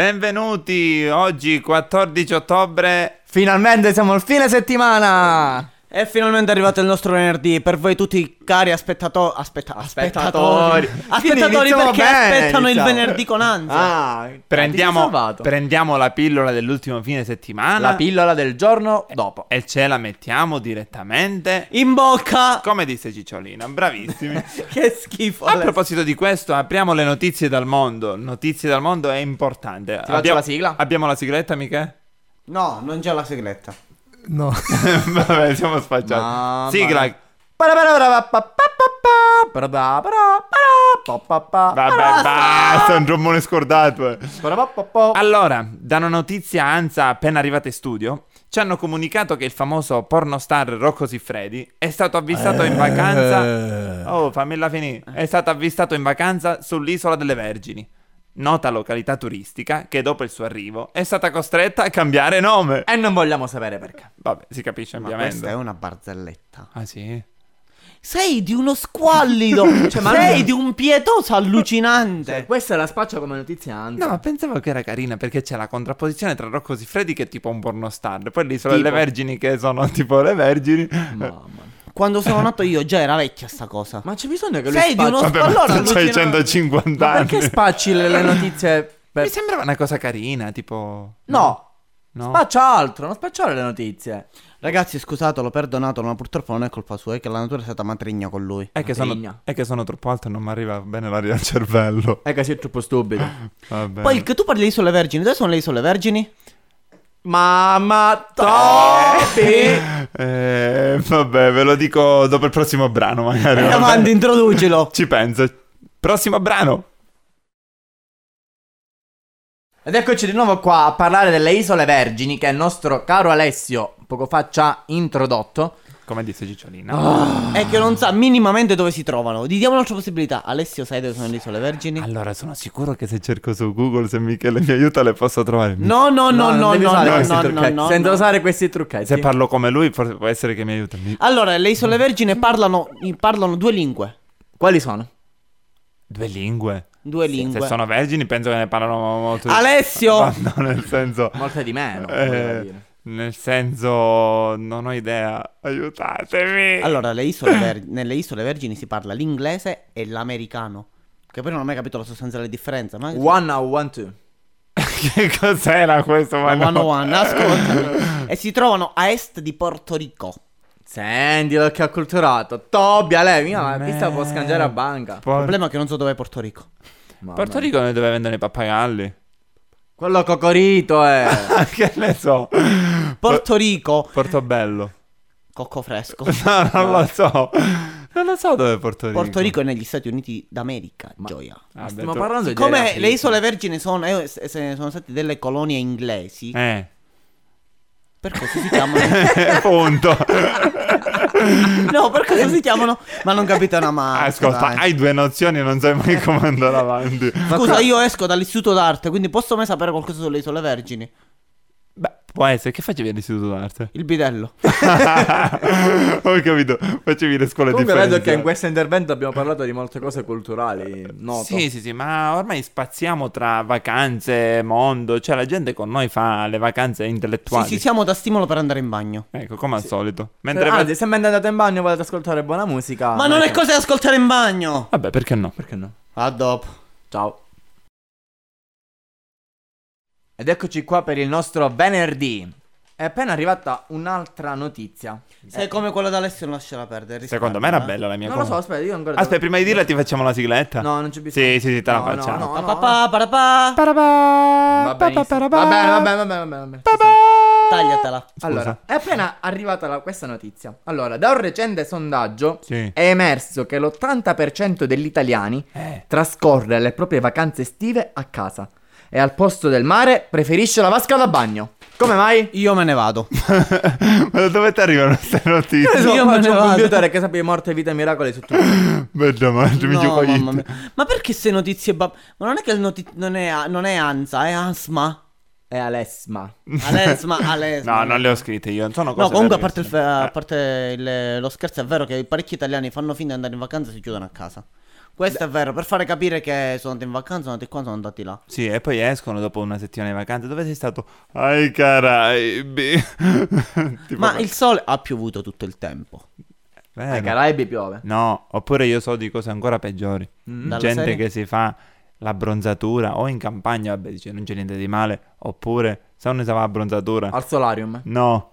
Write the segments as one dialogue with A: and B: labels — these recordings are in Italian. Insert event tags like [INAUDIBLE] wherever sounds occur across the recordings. A: Benvenuti, oggi 14 ottobre.
B: Finalmente siamo al fine settimana!
C: È finalmente arrivato il nostro venerdì per voi tutti cari aspettato- aspetta- aspettatori.
B: Quindi
C: Aspettatori
B: iniziamo
C: perché
B: bene,
C: aspettano il
B: iniziamo.
C: venerdì con ansia.
B: Ah, ti sei
A: diciamo. Prendiamo,
B: salvato.
A: prendiamo la pillola dell'ultimo fine settimana
B: la pillola del giorno dopo.
A: e ce la mettiamo direttamente.
C: In bocca.
A: Come disse Cicciolina,
B: [LAUGHS]
A: bravissimi.
C: che schifo.
A: A proposito di questo, apriamo le notizie dal mondo. Notizie dal mondo è importante.
B: faccio la sigla?
A: Abbiamo la sigletta, mica?
C: No, non c'è la segreta.
D: No.
A: [LAUGHS] Vabbè, siamo spacciati.
B: Mamma
A: sigla.
B: mia. Vabbè.
A: Vabbè, basta, è un trombone scordato. eh.
B: Ah,
A: Allora, da una notizia ANSA appena arrivata in studio, ci hanno comunicato che il famoso pornostar Rocco Siffredi è stato avvistato in vacanza. Oh, fammela finire. È stato avvistato in vacanza sull'isola delle Vergini, nota località turistica che dopo il suo arrivo è stata costretta a cambiare nome.
B: E non vogliamo sapere perché.
A: Vabbè, si capisce
C: Ma
A: ovviamente.
C: questa è una barzelletta.
A: Ah, sì.
C: Sei di uno
B: [LAUGHS]
C: squallido. cioè, ma sei di un pietoso allucinante.
B: Cioè, Questa è la spaccia come notizia anzi.
A: No, ma pensavo che era carina perché c'è la contrapposizione tra Rocco Siffredi che è tipo un pornostar, poi l'isola delle
B: Tipo.
A: Vergini che sono [LAUGHS] tipo le Vergini.
B: Mamma. mia.
C: Quando sono nato io già era vecchia sta cosa.
B: Ma c'è bisogno che lui
C: sei di
B: spacci-
C: uno
A: [LAUGHS] Vabbè, ma
C: squallone
A: tu c'hai
C: allucinante.
A: 150
B: Ma
A: anni.
B: perché spacci le, le notizie per-
A: Mi sembrava una cosa carina, tipo...
B: No.
A: No.
B: Spaccia altro, non spacciare le notizie.
C: Ragazzi, scusatelo, perdonatelo, ma purtroppo non è colpa sua, è che la natura è stata matrigna con lui.
A: È che, sono,
B: Trigna.
A: è che sono troppo alto e non mi arriva bene l'aria al cervello.
B: È che sei troppo stupido.
A: Vabbè.
C: Poi che tu parli di isole vergini, dove sono le isole vergini?
B: Mamma Topi!
A: Eh, vabbè, ve lo dico dopo il prossimo brano,
B: [LAUGHS]
A: magari.
C: Vai
A: vabbè.
C: avanti, introducilo.
A: Ci penso. Prossimo brano.
B: [LAUGHS] Ed eccoci di nuovo qua a parlare delle isole vergini che il nostro caro Alessio poco fa ci ha introdotto.
A: Come disse Cicciolina.
C: È che non sa minimamente dove si trovano. Gli diamo un'altra possibilità. Alessio, sai dove sono le isole vergini?
A: Allora, sono sicuro che se cerco su Google, se Michele mi aiuta, le posso trovare.
C: No, no, no, no, no,
B: devi usare
C: no,
B: questi
C: no, no,
B: trucchetti.
C: no,
B: Sento
C: no.
B: usare questi trucchetti.
A: Se parlo come lui, forse può essere che mi aiuta. Mi-
C: Allora, le isole vergini parlano, parlano due lingue.
B: Quali sono?
A: Due lingue.
C: Due
A: Se
C: lingue.
A: sono vergini, penso che ne parlano molto.
C: Alessio!
A: Ma No, nel senso.
B: Molte di meno.
A: Eh,
B: volevo dire.
A: nel senso, non ho idea. Aiutatemi.
C: Allora, le isole ver- nelle isole vergini si parla l'inglese e l'americano. Che poi non ho mai capito la sostanziale differenza. Ma
B: One now, one two.
A: [LAUGHS] che cos'era questo? Ma no.
C: 101,
B: [LAUGHS]
C: ascoltami. e si trovano a est di Porto Rico.
B: Sentilo che acculturato. Tobia, lei, mia, ma questa può scangiare a banca.
C: Il
A: Por-
C: problema è che non so dov'è Porto Rico.
B: Mamma
A: Porto
B: mia.
A: Rico ne dove vendono i pappagalli. [LAUGHS] Ah,
B: Quello cocorito è. [LAUGHS]
A: che ne so.
C: Porto Rico,
A: Portobello.
C: cocco fresco.
A: [LAUGHS] No, non lo so. Non lo so dove è Porto Rico.
C: Porto Rico è negli Stati Uniti d'America, gioia.
A: Ah,
B: Stiamo
A: detto-
B: parlando di della
C: Come
B: Sicilia.
C: le isole vergini sono, eh, se- se- sono state delle colonie inglesi,
A: Eh. [LAUGHS]
C: per questo si [LAUGHS] chiamano...
A: Punto.
C: no, per questo si chiamano... Ma non capite una eh. mano.
A: Ah, Ascolta, hai due nozioni e non sai mai come andare avanti.
C: Scusa, io esco dall'istituto d'arte, quindi posso mai sapere qualcosa sulle isole vergini?
A: Beh, può essere. Che facevi all'istituto d'arte?
C: Il bidello.
A: [LAUGHS] Ho capito. Facevi le scuole
B: Comunque
A: differenziali.
B: vedo che in questo intervento abbiamo parlato di molte cose culturali. Noto.
A: Sì, sì, sì, ma ormai spaziamo tra vacanze, mondo, cioè la gente con noi fa le vacanze
C: Sì,
A: intellettuali.
C: sì, siamo da stimolo per andare in bagno.
A: Ecco, come al solito. Mentre
B: Mentre
A: va-
B: Anzi, se me ne andate in bagno e volete ascoltare buona musica.
C: Ah, Ma non è
B: così
C: cosa da ascoltare in bagno!
A: Vabbè, perché no?
B: Perché no?
C: A dopo.
B: Ciao. Ed eccoci qua per il nostro venerdì. È appena arrivata un'altra notizia.
C: Sei come quella da Alessio, non lasciala perdere.
A: Secondo me era
C: risparmia, eh.
A: bella la mia
B: Non
A: cosa.
B: lo so, aspetta, io ancora.
A: Ah, Aspetta, prima di dirla ti facciamo la sigletta.
B: No, non c'è bisogno.
A: Sì, sì, sì, te la
B: No,
A: facciamo.
B: No, no,
C: Pa,
B: no,
C: pa, pa, pa, pa.
B: Va benissimo. Va bene, va bene, va bene, va bene, va bene. Ci sta.
C: Tagliatela.
B: Allora, è appena arrivata la- questa notizia. Allora, da un recente sondaggio
A: Sì.
B: è emerso che l'80% degli italiani
A: Eh. [LAUGHS]
B: trascorre le proprie vacanze estive a casa e al posto del mare preferisce la vasca da bagno. Come mai?
C: Io me ne vado.
A: Ma da dove ti arrivano queste notizie?
C: so, Io me ne
B: faccio un
C: vado.
B: computer che sappia morte, vita e miracoli su tutto.
A: Bello, ma mi
C: No,
A: gioco
C: mamma
A: gli...
C: mia. Ma perché se notizie bab... Ma non è che il noti- non, è, non è ANSA,
A: [LAUGHS]
C: è ASMA.
B: È Alesma.
A: Eh,
C: Alesma,
A: No,
C: Alesma.
A: non le ho scritte io. Sono cose
C: No, comunque a
A: vere
C: parte,
A: che
C: il
A: sono.
C: fe- a parte il- lo scherzo è vero che parecchi italiani fanno finta di andare in vacanza e si chiudono a casa. Questo è vero, per fare capire che sono andato in vacanza, sono andati qua, sono andati là.
A: Sì, e poi escono dopo una settimana di vacanze. Dove sei stato? Ai Caraibi. [LAUGHS] Tipo
C: Ma
A: que-
C: il sole ha piovuto tutto il tempo.
A: Vero.
B: Ai Eh, Caraibi piove.
A: No, oppure io so di cose ancora peggiori.
C: Mm. Dalla
A: Gente
C: serie?
A: che si fa la bronzatura o in campagna, vabbè, dice non c'è niente di male. Oppure, se uno si fa la bronzatura,
B: Al solarium.
A: no,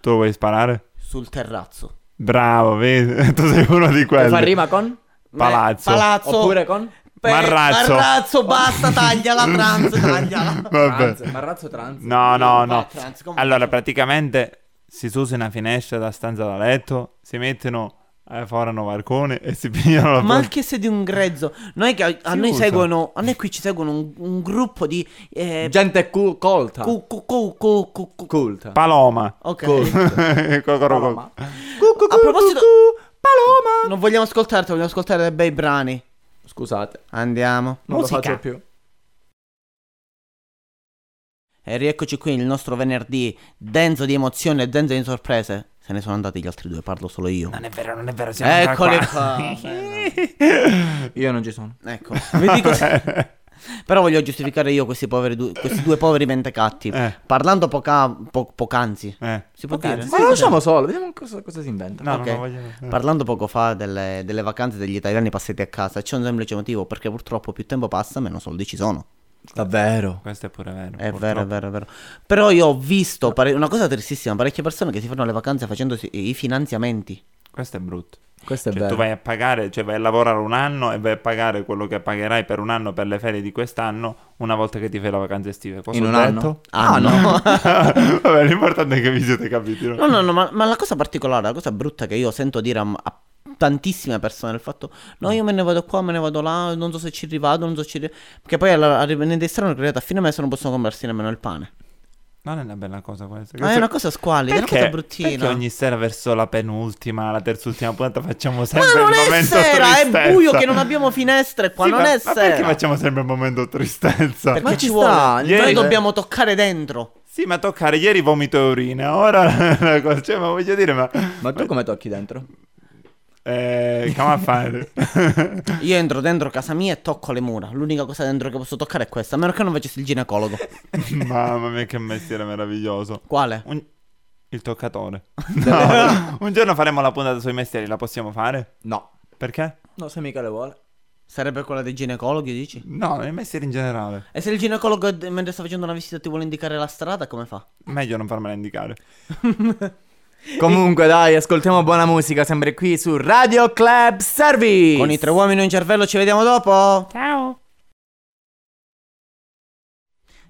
A: tu vuoi sparare?
C: Sul terrazzo.
A: Bravo, vedi? [LAUGHS] tu sei uno di
B: Che fa
A: quelli.
B: rima con?
A: Palazzo. Eh,
C: Eh, palazzo.
B: Oppure con?
C: Pe-
A: Marrazzo.
C: Marrazzo, basta, tagliala, trans,
A: [LAUGHS]
C: tagliala.
A: Vabbè.
B: Trans, marrazzo trans.
A: No, no, no.
C: Trans, come-
A: Allora, praticamente si usa una finestra da stanza da letto, si mettono, eh, forano barcone e si [LAUGHS] pigliano la
C: Ma
A: bronza.
C: anche se di un grezzo. Noi che a, a
A: Si
C: noi
A: usa.
C: seguono, a noi qui ci seguono un, un gruppo di... Eh,
B: Gente cool, colta.
C: cu- cu- cu- cu- cu- cu-
B: Colta.
A: Paloma.
C: Ok.
A: [LAUGHS] Cocorocò.
B: Paloma.
C: A proposito...
B: Paloma.
C: [LAUGHS] Non vogliamo ascoltarti, vogliamo ascoltare dei bei brani.
B: Scusate,
C: Andiamo.
B: non lo
C: Musica.
B: faccio più.
C: E rieccoci qui il nostro venerdì denso di emozioni e denso di sorprese. Se ne sono andati gli altri due, parlo solo io.
A: Non è vero, non è vero, Eh, siamo ancora
C: Eccoli
A: qua.
C: qua.
B: Io non ci sono.
C: ecco, vi
A: [LAUGHS]
C: dico se- Però voglio giustificare io questi, poveri du- questi due poveri mentecatti.
A: Eh.
C: Parlando poca- po- poc'anzi.
A: Eh.
C: Si può dire?
B: Ma lo lasciamo solo, vediamo cosa, cosa si inventa.
A: No,
C: Ok.
A: non lo voglio. eh.
C: Parlando poco fa delle, delle vacanze degli italiani passati a casa, c'è un semplice motivo, perché purtroppo più tempo passa, meno soldi ci sono.
B: Davvero.
A: Questo è pure vero.
C: È
A: purtroppo.
C: vero, è vero, è vero. Però io ho visto pare- una cosa tristissima, parecchie persone che si fanno le vacanze facendosi i finanziamenti.
A: Questo è brutto.
B: Questo è
A: cioè,
B: vero.
A: tu vai a pagare, cioè vai a lavorare un anno e vai a pagare quello che pagherai per un anno per le ferie di quest'anno una volta che ti fai la vacanza estiva. Cosa
B: In
A: ho
B: un anno?
A: detto?
C: Ah,
B: [LAUGHS]
A: [LAUGHS]
C: no.
A: Vabbè, l'importante è che vi siete capiti. no?
C: No, no, no, ma, ma la cosa particolare, la cosa brutta che io sento dire a, a tantissime persone è il fatto no, io me ne vado qua, me ne vado là, non so se ci rivado, non so se ci ri-" Perché poi alla, alla rimanente strano, in realtà a fine mese non possono comprarsi nemmeno il pane.
A: Non è una bella cosa questa.
C: Ma è una cosa squallida, è una
A: Perché-
C: cosa bruttina.
A: Perché ogni sera verso la penultima, la terzultima puntata facciamo
C: Ma
A: sempre
C: non
A: il
C: è
A: momento
C: sera,
A: tristezza.
C: è buio che non abbiamo finestre
A: [LAUGHS]
C: qua,
A: Sì,
C: non
A: ma,
C: è
A: ma
C: sera.
A: perché facciamo sempre il momento tristezza?
C: Perché
B: Ma
C: ci
B: ci
C: vuole.
B: sta,
A: ieri-
C: Noi dobbiamo toccare dentro.
A: Sì, ma toccare ieri vomito e urina, ora [LAUGHS] la cosa- cioè, ma voglio dire, ma
B: Ma tu come tocchi dentro? [LAUGHS]
A: eh, come a fare? [LAUGHS]
C: Io entro dentro casa mia e tocco le mura. L'unica cosa dentro che posso toccare è questa, a meno che non facessi il ginecologo.
A: Mamma mia che mestiere meraviglioso.
C: Quale?
A: Un- Il toccatore. [LAUGHS] No, un giorno faremo la puntata sui mestieri, la possiamo fare?
B: No.
A: Perché?
B: No, se mica le vuole.
C: Sarebbe quella dei ginecologi, dici?
A: No, i mestieri in generale.
C: E se il ginecologo eh, mentre sta facendo una visita ti vuole indicare la strada, come fa?
A: Meglio non farmela indicare.
B: Comunque, dai, ascoltiamo buona musica sempre qui su Radio Club Service.
C: Con i tre uomini e un cervello ci vediamo dopo.
A: Ciao.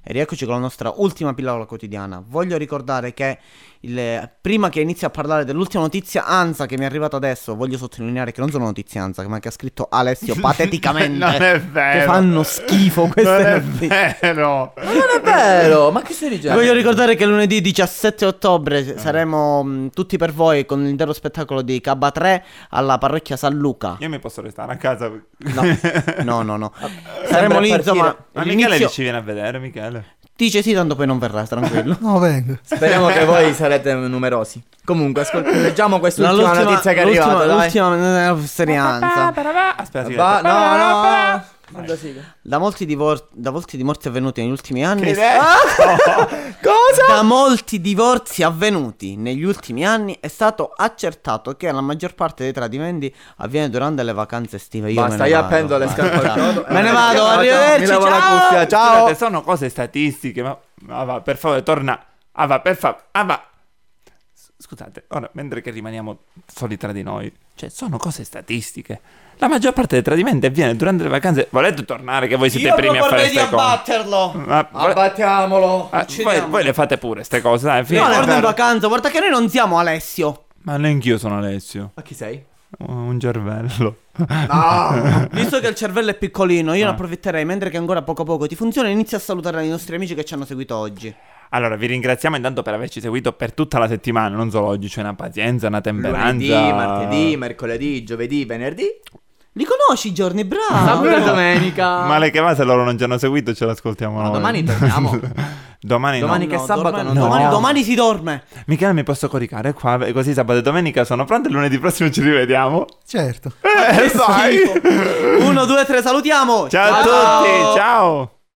C: E rieccoci con la nostra ultima pillola quotidiana. Voglio ricordare che il- prima che inizi a parlare dell'ultima notizia ANSA che mi è arrivata adesso, voglio sottolineare che non sono notizie ANSA, ma che ha scritto
A: [LAUGHS]
C: Alessio pateticamente.
A: Non è vero.
C: Che fanno schifo queste
A: non è
C: notizie.
A: vero.
B: Non è vero, ma che stai dicendo?
C: Voglio ricordare che lunedì 17 ottobre saremo mh, tutti per voi con l'intero spettacolo di Cabba 3 alla parrocchia San Luca.
A: Io mi posso restare a casa.
C: No,
B: [LAUGHS]
C: no, no, no. Saremo lì,
B: partire.
C: insomma.
A: Ma Michele
C: l'inizio-
A: ci viene a vedere, Michele.
C: Dice sì, tanto poi non verrà, tranquillo.
D: No, vengo.
B: Speriamo che voi sarete numerosi. Comunque, ascol- leggiamo
C: No,
B: quest'ultima notizia che è
C: l'ultima-
B: arrivata, dai.
C: L'ultima eh, serianza.
A: Aspetta, sì,
B: Va-
A: aspetta.
B: no, no.
C: Da molti, divor- da molti divorzi avvenuti negli ultimi anni.
A: Che idea.
C: Ah!
B: Cosa?
C: Da molti divorzi avvenuti negli ultimi anni è stato accertato che la maggior parte dei tradimenti avviene durante le vacanze estive. Io
B: Basta,
C: me ne
B: io
C: vado,
B: appendo le
C: basta.
B: scarpe al chiodo.
C: Me ne vado,
B: Ciao, ciao,
C: arrivederci.
B: mi lavo la
C: ciao.
B: cuffia, ciao.
A: Scusate, sono cose statistiche, ma... Ah, va, per favore, torna. Ah, va, per favore. Ah, va. S- Scusate, ora, mentre che rimaniamo soli tra di noi, cioè, sono cose statistiche. La maggior parte dei tradimenti avviene durante le vacanze. Volete tornare che voi siete i primi a fare
C: proporrei di
A: queste cose?
C: abbatterlo.
A: Ma- vole-
B: Abbattiamolo.
A: ah, voi, voi le fate pure ste cose, dai, fine.
C: Io
B: è
C: torno in
B: vero.
C: vacanza, guarda che noi non siamo Alessio.
A: Ma neanche io sono Alessio.
B: Ma chi sei?
A: Un cervello.
B: No.
C: [LAUGHS] Visto che il cervello è piccolino,
A: Ah.
C: io ne approfitterei mentre che ancora poco a poco ti funziona. Inizia a salutare i nostri amici che ci hanno seguito oggi.
A: Allora, vi ringraziamo intanto per averci seguito per tutta la settimana, non solo oggi, c'è una pazienza, una temperanza.
B: Lunedì, martedì, mercoledì, giovedì, venerdì.
C: Li conosci i giorni, bravo.
B: Sabato e domenica.
A: Male che va se loro non ci hanno seguito, ce l'ascoltiamo
B: Ma
A: noi.
B: domani torniamo.
A: [LAUGHS] Domani,
B: Domani
A: no.
B: che sabato
C: dorme-
A: no.
C: Domani,
A: No.
C: domani si dorme.
A: Michele, mi posso coricare qua? Così sabato e domenica sono pronto e lunedì prossimo ci rivediamo.
D: Certo.
A: Eh, sai.
C: Uno, due, tre, salutiamo.
A: Ciao a tutti, ciao.